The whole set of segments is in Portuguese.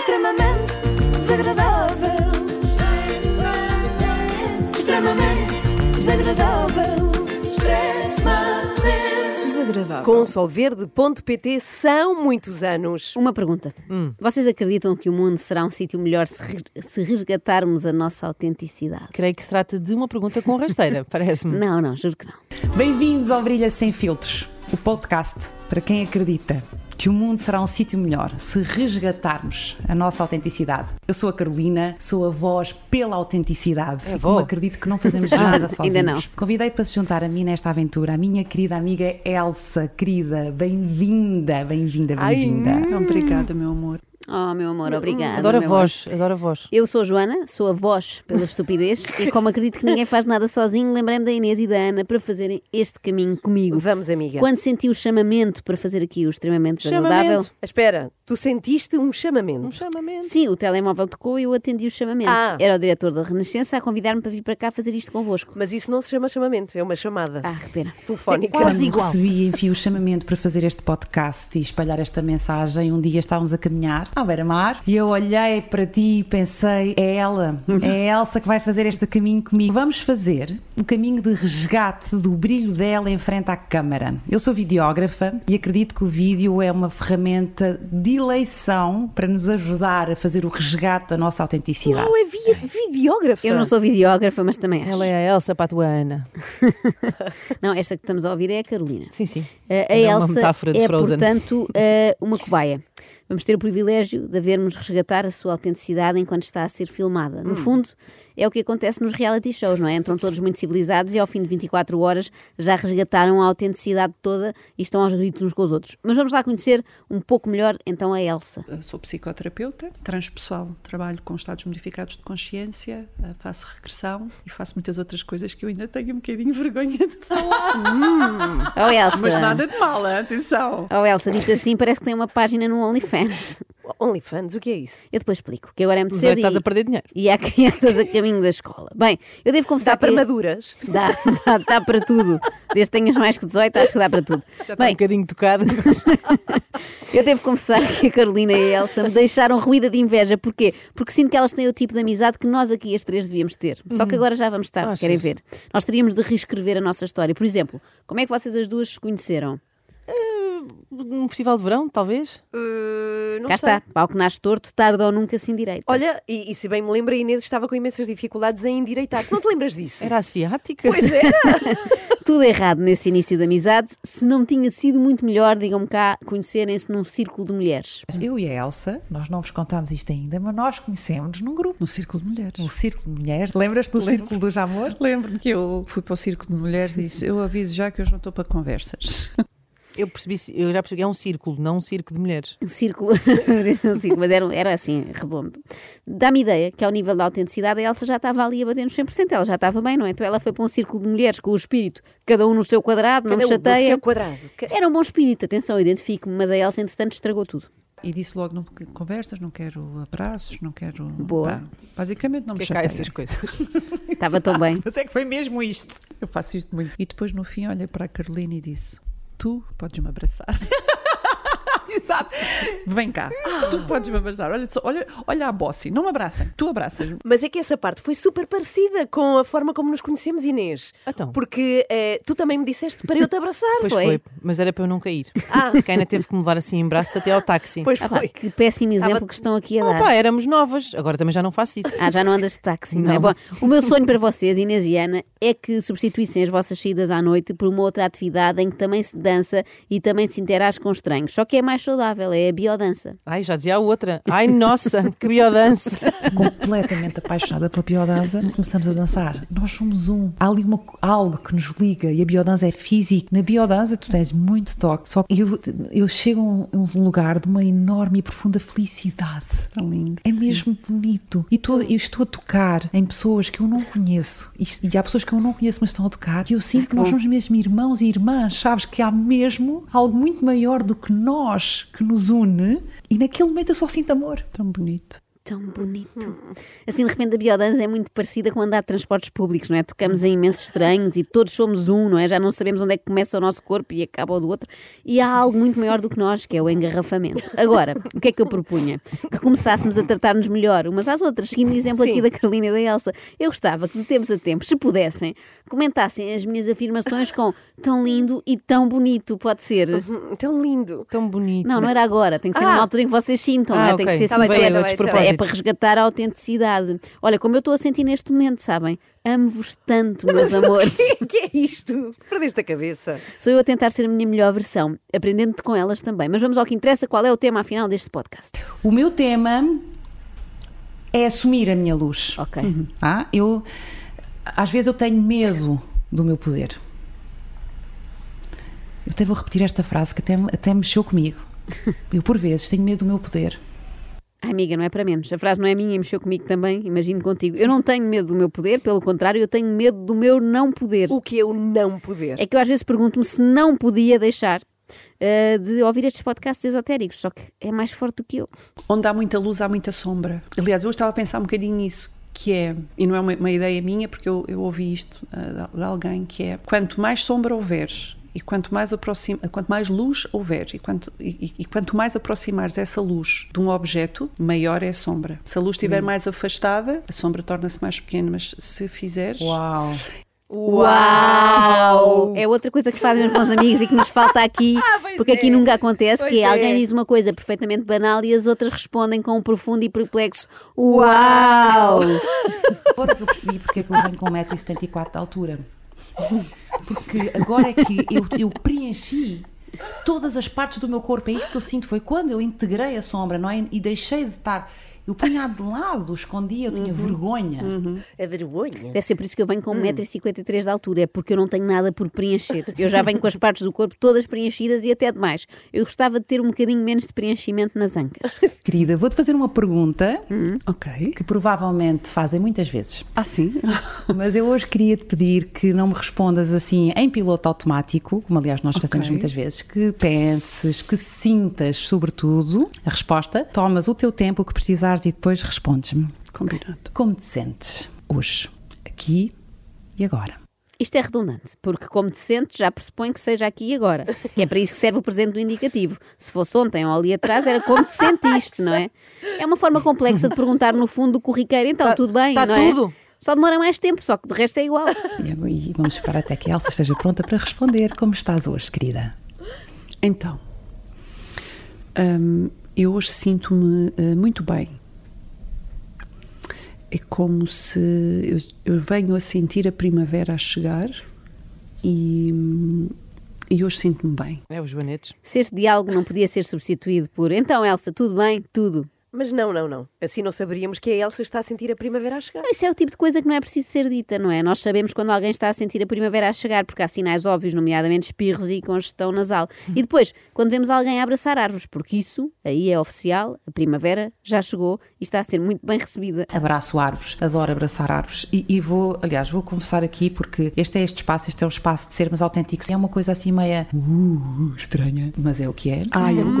extremamente desagradável. Extremamente desagradável. Extremamente desagradável. Com solverde.pt são muitos anos. Uma pergunta. Hum. Vocês acreditam que o mundo será um sítio melhor se, re- se resgatarmos a nossa autenticidade? Creio que se trata de uma pergunta com rasteira, parece-me. Não, não, juro que não. Bem-vindos ao Brilha Sem Filtros, o podcast para quem acredita que o mundo será um sítio melhor se resgatarmos a nossa autenticidade. Eu sou a Carolina, sou a voz pela autenticidade. e como vó. acredito que não fazemos nada sozinhos. É Ainda não. Convidei para se juntar a mim nesta aventura a minha querida amiga Elsa, querida, bem-vinda, bem-vinda, bem-vinda. Obrigada, meu amor. Oh, meu amor, obrigada. Hum, Adoro a meu voz, adoro a voz. Eu sou a Joana, sou a voz pela estupidez e como acredito que ninguém faz nada sozinho, lembrei-me da Inês e da Ana para fazerem este caminho comigo. Vamos, amiga. Quando senti o chamamento para fazer aqui o extremamente desagradável, Chamamento. Ah, Espera, tu sentiste um chamamento. Um chamamento. sim, o telemóvel tocou e eu atendi o chamamento. Ah. Era o diretor da Renascença a convidar-me para vir para cá fazer isto convosco. Mas isso não se chama chamamento, é uma chamada Ah, repera. telefónica. É quase Quando igual. recebi, enfim, o chamamento para fazer este podcast e espalhar esta mensagem, um dia estávamos a caminhar à beira-mar e eu olhei para ti e pensei, é ela, é a Elsa que vai fazer este caminho comigo. Vamos fazer o caminho de resgate do brilho dela em frente à câmara. Eu sou videógrafa e acredito que o vídeo é uma ferramenta de eleição para nos ajudar a fazer o resgate da nossa autenticidade. Não é vi videógrafa. Eu não sou videógrafa, mas também acho. Ela é a Elsa para a tua Ana. Não, esta que estamos a ouvir é a Carolina. Sim, sim. Eh, Ainda A é uma Elsa metáfora de é, Frozen. portanto, eh, uma cobaia. Vamos ter o privilégio de a vermos resgatar a sua autenticidade enquanto está a ser filmada. Hum. No fundo, é o que acontece nos reality shows, não é? Entram todos muito civilizados e ao fim de 24 horas já resgataram a autenticidade toda e estão aos gritos uns com os outros. Mas vamos lá conhecer um pouco melhor então a Elsa. Eu Eh, Sou psicoterapeuta, transpessoal, trabalho com estados modificados de consciência, eh, faço regressão e faço muitas outras coisas que eu ainda tenho um bocadinho vergonha de falar. Oh Elsa! Mas nada de mal, hein? atenção. Oh Elsa, dito assim parece que tem uma página no OnlyFans. OnlyFans, o que é isso? Eu depois explico, que agora é muito Mas é cedo que estás e- a perder dinheiro. é e há crianças a caminho da escola. Bem, eu devo confessar Dá para que... maduras? Dá, dá, dá para tudo. Desde que tenhas mais que 18, acho que dá para tudo. Já está um Bem, bocadinho tocada. eu devo confessar que a Carolina e a Elsa me deixaram ruída de inveja. Porquê? Porque sinto que elas têm o tipo de amizade que nós aqui as três devíamos ter. Só que agora já vamos tarde, Achas? querem ver? Nós teríamos de reescrever a nossa história. Por exemplo, como é que vocês as duas se conheceram? um festival de verão, talvez? Uh, não Cá sei. está, pau que nasce torto, tarde ou nunca assim se endireita. Olha, e, e se bem me lembro, a Inês estava com imensas dificuldades em endireitar. Se não te lembras disso? Era asiática? Pois é. Tudo errado nesse início de amizade. Se não tinha sido muito melhor, digam-me cá, conhecerem-se num círculo de mulheres. Eu e a Elsa, nós não vos contámos isto ainda, mas nós conhecemos num grupo. No Círculo de Mulheres. O um Círculo de Mulheres. Lembras-te do Círculo dos Amor? Lembro-me que eu fui para o Círculo de Mulheres e disse: Eu aviso já que hoje não estou para conversas. Eu percebi, eu já percebi, é um círculo, não um circo de mulheres. Um círculo, Não disse um círculo, mas era, era assim, redondo. Dá-me ideia que, ao nível da autenticidade, a Elsa já estava ali a bater nos 100%, ela já estava bem, não é? Então ela foi para um círculo de mulheres com o espírito, cada um no seu quadrado, não Cada um me no chateia. seu quadrado. Que- é Era um bom espírito, atenção, eu identifico-me, mas a Elsa, entretanto, estragou tudo. E disse logo: Não quero conversas, não quero abraços, não quero. Boa. pá, basicamente, não me Que é cá chateia. essas coisas. Estava tão bem. Mas é que foi mesmo isto. Eu faço isto muito. E depois, no fim, olhei para a Carolina e disse: Tu podes me abraçar. Sabe? Vem cá, tu podes me abraçar. Olha, só- olha, olha a Bossi, não me abracem, tu abraças-me. Mas é que essa parte foi super parecida com a forma como nos conhecemos, Inês. Então. Porque eh, tu também me disseste para eu te abraçar. Pois Foi. foi. mas era para eu não cair. Porque ainda teve que me levar assim em braço até ao táxi. Ah. Pois Ah, pá, foi. que péssimo exemplo Estava- que estão aqui a Oh, dar. pá, éramos novas, agora também já não faço isso. Ah, já não andas de táxi, não, é? Não. Bom, o meu sonho para vocês, Inês e Ana, é que substituíssem as vossas saídas à noite por uma outra atividade em que também se dança e também se interage com estranhos. Só que é mais saudável, é a biodança. Ai, já dizia a outra. Ai, nossa, que biodança. Completamente apaixonada pela biodança, começamos a dançar. Nós somos um. Há ali uma, algo que nos liga e a biodança é física. Na biodança tu tens muito toque, só que eu, eu chego a um, um lugar de uma enorme e profunda felicidade. Tão lindo. É mesmo bonito. E tô- eu estou a tocar em pessoas que eu não conheço. E, e há pessoas que eu não conheço, mas estão a tocar. E eu sinto que nós somos mesmo irmãos e irmãs. Sabes que há mesmo algo muito maior do que nós que nos une. E naquele momento eu só sinto amor. Tão bonito. tão bonito. Assim, de repente, a biodança é muito parecida com andar de transportes públicos, não é? Tocamos em imensos estranhos e todos somos um, não é? Já não sabemos onde é que começa o nosso corpo e acaba o do outro. E há algo muito maior do que nós, que é o engarrafamento. Agora, o que é que eu propunha? Que começássemos a tratar-nos melhor umas às outras, seguindo o exemplo aqui Sim. da Carolina e da Elsa. Eu gostava que, de tempos a tempos, se pudessem, comentassem as minhas afirmações com tão lindo e tão bonito, pode ser? Hum, Tão lindo. Tão bonito. Não, não era agora. Tem que ser Ah. numa altura em que vocês sintam, não é? Ah, Tem que ok. ser Tá bem, sincero. tá bem, É tá para- bem. é para resgatar a autenticidade. Olha, como eu estou a sentir neste momento, sabem? Amo-vos tanto, meus amores. O que é isto? Perdeste a cabeça. Sou eu a tentar ser a minha melhor versão, aprendendo com elas também. Mas vamos ao que interessa, qual é o tema afinal deste podcast? O meu tema é assumir a minha luz. Ok. Ah, eu às vezes eu tenho medo do meu poder. Eu até vou repetir esta frase que até, até mexeu comigo. Eu por vezes tenho medo do meu poder. Ai, amiga, não é para menos. A frase não é minha e mexeu comigo também, imagino contigo. Eu não tenho medo do meu poder, pelo contrário, eu tenho medo do meu não poder. O que é o não poder? É que eu às vezes pergunto-me se não podia deixar eh, de ouvir estes podcasts esotéricos, só que é mais forte do que eu. Onde há muita luz, há muita sombra. Aliás, eu estava a pensar um bocadinho nisso, que é, e não é uma, uma ideia minha, porque eu, eu ouvi isto ah, de- de alguém, que é quanto mais sombra houver e quanto mais, aproxima, quanto mais luz houver e quanto, e, e quanto mais aproximares essa luz de um objeto, maior é a sombra. Se a luz estiver mais afastada, a sombra torna-se mais pequena, mas se fizeres. Uau! Uau! É outra coisa que fazem os meus amigos e que nos falta aqui, porque aqui nunca acontece, que Pois é. alguém é. diz uma coisa perfeitamente banal e as outras respondem com um profundo e perplexo Uau! Agora que eu percebi porque é que eu venho com 1,74m de altura. Porque agora é que eu, eu preenchi todas as partes do meu corpo. É isto que eu sinto. Foi quando eu integrei a sombra não é? e deixei de estar. Eu punha de lado, escondia, eu tinha vergonha. A É vergonha. Deve ser por É isso que eu venho com 1,53m de altura, é porque eu não tenho nada por preencher. Eu já venho com as partes do corpo todas preenchidas e até demais. Eu gostava de ter um bocadinho menos de preenchimento nas ancas. Querida, vou-te fazer uma pergunta Ok. que provavelmente fazem muitas vezes. Ah, sim. Mas eu hoje queria te pedir que não me respondas assim em piloto automático, como aliás nós fazemos muitas vezes, que penses, que sintas sobretudo a resposta, tomas o teu tempo, o que precisares e depois respondes-me. Combinado. Como te sentes hoje, aqui e agora? Isto é redundante, porque como te sentes, já pressupõe que seja aqui e agora. Que é para isso que serve o presente do indicativo. Se fosse ontem ou ali atrás, era como te sentiste, não é? É uma forma complexa de perguntar no fundo do corriqueiro, então tudo bem, tá não é? tudo. Só demora mais tempo, só que de resto é igual. E e vamos esperar até que a Elsa esteja pronta para responder. Como estás hoje, querida? Então, hum, eu hoje sinto-me eh, muito bem. É como se eu, eu venho a sentir a primavera a chegar e, hum, e hoje sinto-me bem. É os joanetes. Se este diálogo não podia ser substituído por então, Elsa, tudo bem, tudo. Mas não, não, não. Assim não saberíamos que a Elsa está a sentir a primavera a chegar. Não, Isso é o tipo de coisa que não é preciso ser dita, não é? Nós sabemos quando alguém está a sentir a primavera a chegar, porque há sinais óbvios, nomeadamente espirros e congestão nasal. E depois, quando vemos alguém a abraçar árvores, porque isso aí é oficial, a primavera já chegou e está a ser muito bem recebida. Abraço árvores, adoro abraçar árvores e, e vou, aliás, vou confessar aqui porque este é este espaço, este é um espaço de sermos autênticos. É uma coisa assim meia uh, estranha, mas é o que é. Ai, Hum. eu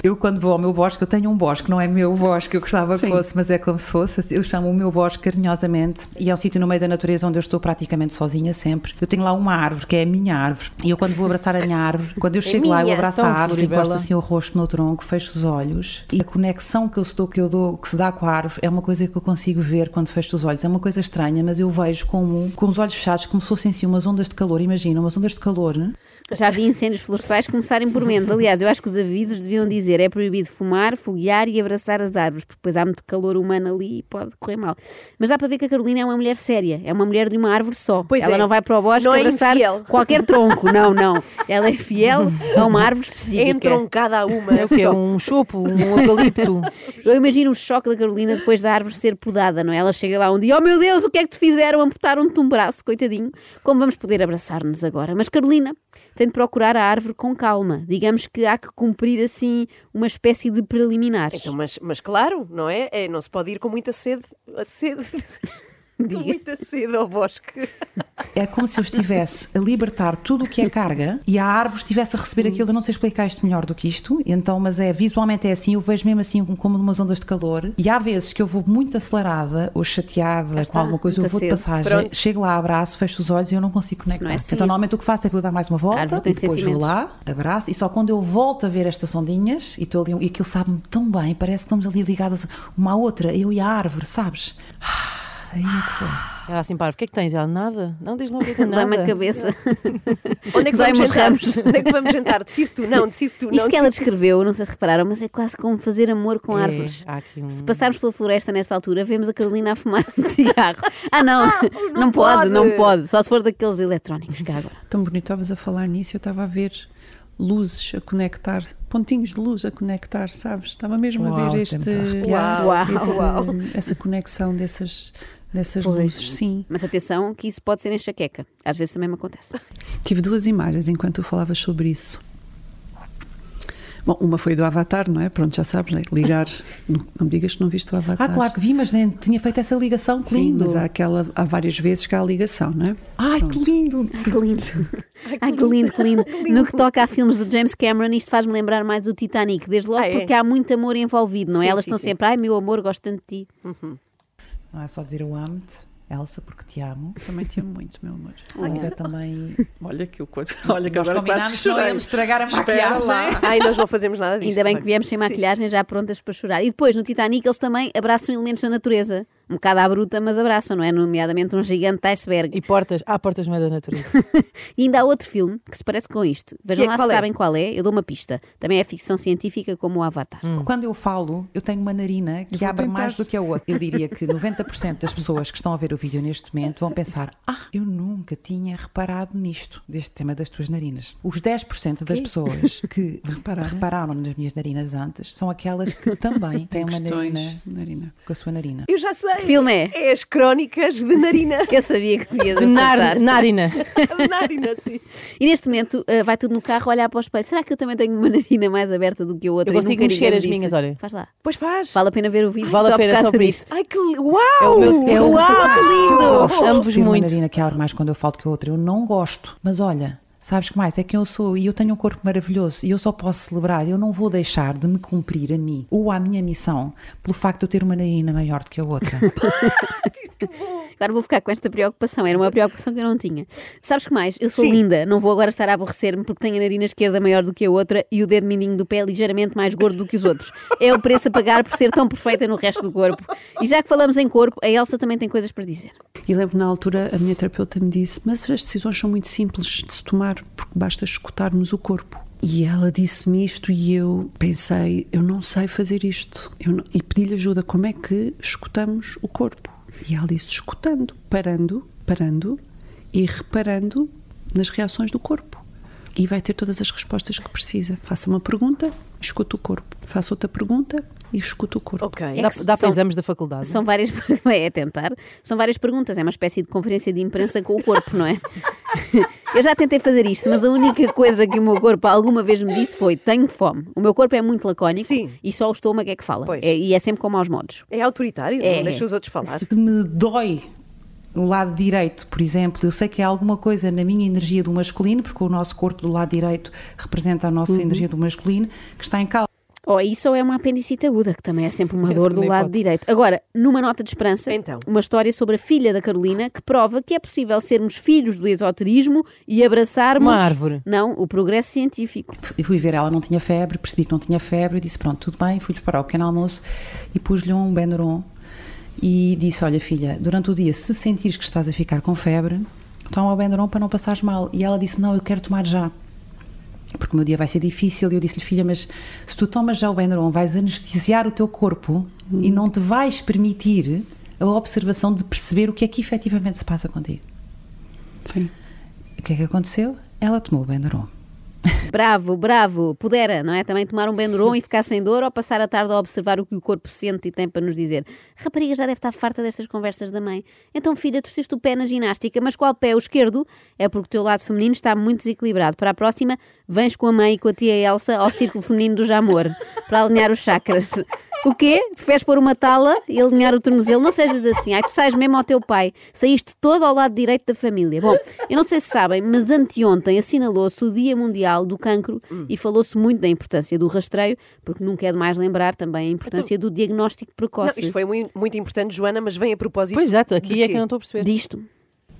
Eu quando vou ao meu bosque, eu tenho um bosque, não é meu bosque, eu gostava que fosse, mas é como se fosse. Eu chamo o meu bosque carinhosamente e é um sítio no meio da natureza onde eu estou praticamente sozinha sempre. Eu tenho lá uma árvore, que é a minha árvore, e eu quando vou abraçar a minha árvore, quando eu chego lá, eu minha. abraço a Tão árvore, floribela. encosto assim o rosto no tronco, fecho os olhos e a conexão que eu estou, que eu dou, que se dá com a árvore, é uma coisa que eu consigo ver quando fecho os olhos. É uma coisa estranha, mas eu vejo como, com os olhos fechados, como se fossem assim umas ondas de calor. Imagina, umas ondas de calor, né? Já vi incêndios florestais começarem por menos. Aliás, eu acho que os avisos deviam dizer é proibido fumar, foguear e abraçar as árvores, porque depois há muito calor humano ali e pode correr mal. Mas dá para ver que a Carolina é uma mulher séria, é uma mulher de uma árvore só. Pois Ela é. não vai para o bosque Não é abraçar infiel. qualquer tronco, não, não. Ela é fiel a uma árvore É específica. Entram cada uma. É o quê? Um chopo, um eucalipto. Eu imagino o choque da Carolina depois da árvore ser podada, não é? Ela chega lá um dia, oh meu Deus, o que é que te fizeram? Amputaram-te um braço, coitadinho. Como vamos poder abraçar-nos agora? Mas Carolina tem de procurar a árvore com calma. Digamos que há que cumprir assim uma espécie de preliminares. Então, mas, mas claro, não é? É, Não se pode ir com muita sede. a Sede. Estou muita cedo ao bosque. É como se eu estivesse a libertar tudo o que é carga e a árvore estivesse a receber aquilo. Eu não sei explicar isto melhor do que isto, então, mas é visualmente é assim. Eu vejo mesmo assim como umas ondas de calor. E há vezes que eu vou muito acelerada ou chateada com está, alguma coisa, eu muito vou de cedo. passagem, Pronto. chego lá, abraço, fecho os olhos e eu não consigo Isso não conectar. é assim. então, normalmente o que faço é vou dar mais uma A volta árvore e tem depois vou sentimentos. lá, abraço. E só quando eu volto a ver estas ondinhas e estou ali, um- e aquilo sabe-me tão bem, parece que estamos ali ligadas uma à outra, eu e a árvore, sabes? Ah, Aí é que foi. Ela assim, pá, o que é que tens? Ela, nada. Não, diz lá o que é que é Dá-me nada. a cabeça. Onde é Dói-me que vamos os jantar? ramos. Onde é que vamos jantar? Decide tu, não, decide tu. Isto não, que ela decide tu. descreveu, não sei se repararam, mas é quase como fazer amor com É, árvores. há aqui um- Se passarmos pela floresta nesta altura, vemos a Carolina a fumar um cigarro. Ah, não, não, não pode, pode. não pode. Só se for daqueles eletrónicos cá agora. Tão bonito, estavas a falar nisso, eu estava a ver luzes a conectar, pontinhos de luz a conectar, sabes? Estava mesmo a Uau, ver tem este, muita Uau, Uau. esse- uau. essa conexão dessas, dessas Pois. luzes, sim. Mas atenção, que isso pode ser enxaqueca. Às vezes também me acontece. Tive duas imagens enquanto eu falava sobre isso. Bom, uma foi do Avatar, não é? Pronto, já sabes, né? ligar. não, não me digas que não viste o Ah, Avatar. claro que vi, mas nem tinha feito essa ligação. Que Sim, lindo. Ah. mas há, aquela, há várias vezes que há a ligação, não é? Ai, que lindo. Ai, que lindo. Ai, que lindo, que lindo. No que toca a filmes do James Cameron, isto faz-me lembrar mais o Titanic, desde logo Ah, é? porque há muito amor envolvido, não é? Sim, Elas sim, estão sim. sempre, ai meu amor, gosto tanto de ti. Não é só dizer eu amo-te, Elsa, porque te amo. Também te amo muito, meu amor. Mas é também. Olha que o coisa. Olha que Nós agora quase combinámos que não chorei. íamos estragar a Espera maquiagem. lá. Ai, nós não fazemos nada disso. Ainda bem que viemos sem maquilhagem, já prontas para chorar. E depois, no Titanic, eles também abraçam elementos da natureza. Um bocado à bruta, mas abraçam, não é? Nomeadamente um gigante iceberg. E portas? Ah, portas não é da natureza. E ainda há outro filme que se parece com isto. Vejam Que é- lá qual se é? sabem qual é, eu dou uma pista. Também é ficção científica como o Avatar. Hum. Quando eu falo, eu tenho uma narina que vou abre tentar. mais do que a outra. Eu diria que 90% das pessoas que estão a ver o vídeo neste momento vão pensar: Ah, eu nunca tinha reparado nisto, deste tema das tuas narinas. Os 10% das pessoas que repararam. nas minhas narinas antes são aquelas que também têm uma narina Questões, Narina. com a sua narina. Eu já sei. Que filme é? É as crónicas de Narina. Eu sabia que devias De nar, acertar. narina. Narina, sim. E neste momento eh, vai tudo no carro olhar para o espelho. Será que eu também tenho uma narina mais aberta do que a Eu outra? E consigo nunca ninguém mexer me as disse? minhas, olha. Faz lá. Pois faz. Vale a pena ver o vídeo. Vale só a pena por só causa por disto. isto. Ai, que. li- Uau! meu- é o meu Uau, que sapato. lindo! Gosto. Amo-vos ter uma muito. narina que abre mais quando eu falo que a outra. Eu não gosto, mas olha, sabes que mais? É quem eu sou e eu tenho um corpo maravilhoso e eu só posso celebrar. Eu não vou deixar de me cumprir a mim ou à minha missão pelo facto de eu ter uma narina maior do que a outra. Agora vou ficar com esta preocupação. Era uma preocupação que eu não tinha. Sabes que mais? Eu sou linda. Não vou agora estar a aborrecer-me porque tenho a narina esquerda maior do que a outra e o dedo mindinho do pé é ligeiramente mais gordo do que os outros. É o preço a pagar por ser tão perfeita no resto do corpo. E já que falamos em corpo, a Elsa também tem coisas para dizer. E lembro na altura a minha terapeuta me disse: Mas as decisões são muito simples de se tomar, porque basta escutarmos o corpo. E ela disse-me isto e eu pensei: Eu não sei fazer isto. Eu não- E pedi-lhe ajuda: Como é que escutamos o corpo? E ela disse: Escutando, parando, parando e reparando nas reações do corpo. E vai ter todas as respostas que precisa. Faça uma pergunta, escuta o corpo. Faça outra pergunta e escuta o corpo. Ok. Dá, É que dá para são- exames da faculdade. São várias é tentar. São várias perguntas, é uma espécie de conferência de imprensa com o corpo, não é? Eu já tentei fazer isto, mas a única coisa que o meu corpo alguma vez me disse foi: tenho fome. O meu corpo é muito lacónico Sim. e só o estômago é que fala. Pois. É- e é sempre com maus modos. É autoritário, É. não deixa os outros falar. se me dói o lado direito, por exemplo, eu sei que há alguma coisa na minha energia do masculino, porque o nosso corpo do lado direito representa a nossa Uhum. energia do masculino, que está em causa. Oh, isso ou é uma apendicite aguda, que também é sempre uma É a dor do segunda lado hipótese. direito. Agora, numa nota de esperança, Então. uma história sobre a filha da Carolina que prova que é possível sermos filhos do esoterismo e abraçarmos. Uma árvore. Não, o progresso científico. E fui ver, ela não tinha febre, percebi que não tinha febre, eu disse: Pronto, tudo bem, fui-lhe para o pequeno almoço e pus-lhe um Benuron e disse: Olha, filha, durante o dia, se sentires que estás a ficar com febre, toma o Benuron para não passares mal. E ela disse: Não, eu quero tomar já. porque o meu dia vai ser difícil. E eu disse-lhe, filha, mas se tu tomas já o Benuron, vais anestesiar o teu corpo e não te vais permitir a observação de perceber o que é que efetivamente se passa contigo. Sim. E O que é que aconteceu? Ela tomou o Benuron. Bravo, bravo. Pudera, não é? Também tomar um Benuron e ficar sem dor ou passar a tarde a observar o que o corpo sente e tem para nos dizer. Rapariga já deve estar farta destas conversas da mãe. Então, filha, torceste o pé na ginástica, mas qual pé? O esquerdo? É porque o teu lado feminino está muito desequilibrado. Para a próxima, vens com a mãe e com a tia Elsa ao Círculo Feminino do Jamor para alinhar os chakras. O quê? Preferes pôr uma tala e alinhar o tornozelo? Não sejas assim. Ai, tu sais mesmo ao teu pai. Saíste todo ao lado direito da família. Bom, eu não sei se sabem, mas anteontem assinalou-se o Dia Mundial do Cancro e falou-se muito da importância do rastreio, porque nunca é demais lembrar também a importância do diagnóstico Então, Não, precoce. isto foi mui- muito importante, Joana, mas vem a propósito. Pois já, tô- de aqui é quê? que eu não estou a perceber. Disto.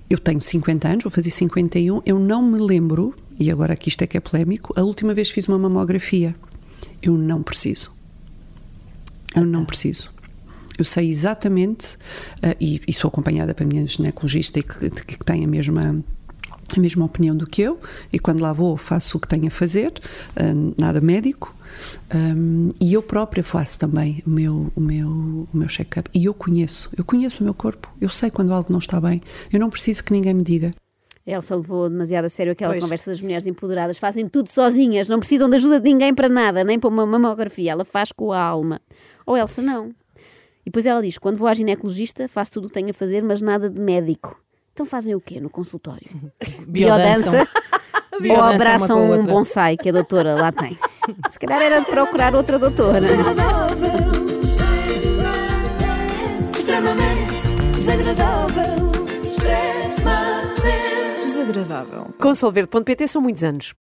Eu tenho 50 anos, vou fazer 51. Eu não me lembro, e agora aqui isto é que é polémico, a última vez que fiz uma mamografia. Eu não preciso. Eu não preciso. Eu sei exatamente, ah, e, e sou acompanhada pela minha ginecologista e que, que tem a mesma. A mesma opinião do que eu, e quando lá vou faço o que tenho a fazer, ah, nada médico, Ahm, e eu própria faço também o meu, o meu, o meu check-up. E eu conheço, eu conheço o meu corpo, eu sei quando algo não está bem, eu não preciso que ninguém me diga. A Elsa levou demasiado a sério aquela Pois. conversa das mulheres empoderadas. Fazem tudo sozinhas, não precisam de ajuda de ninguém para nada, nem para uma mamografia. Ela faz com a alma. Ou Elsa, não. E depois ela diz: quando vou à ginecologista, faço tudo o que tenho a fazer, mas nada de médico. Então fazem o quê no consultório? Biodançam. é Ou Biodançam uma abraçam com a um outra. bonsai que a doutora lá tem. Se calhar era de procurar outra doutora. né? desagradável, extremamente desagradável, extremamente desagradável. Com solverde.pt são muitos anos.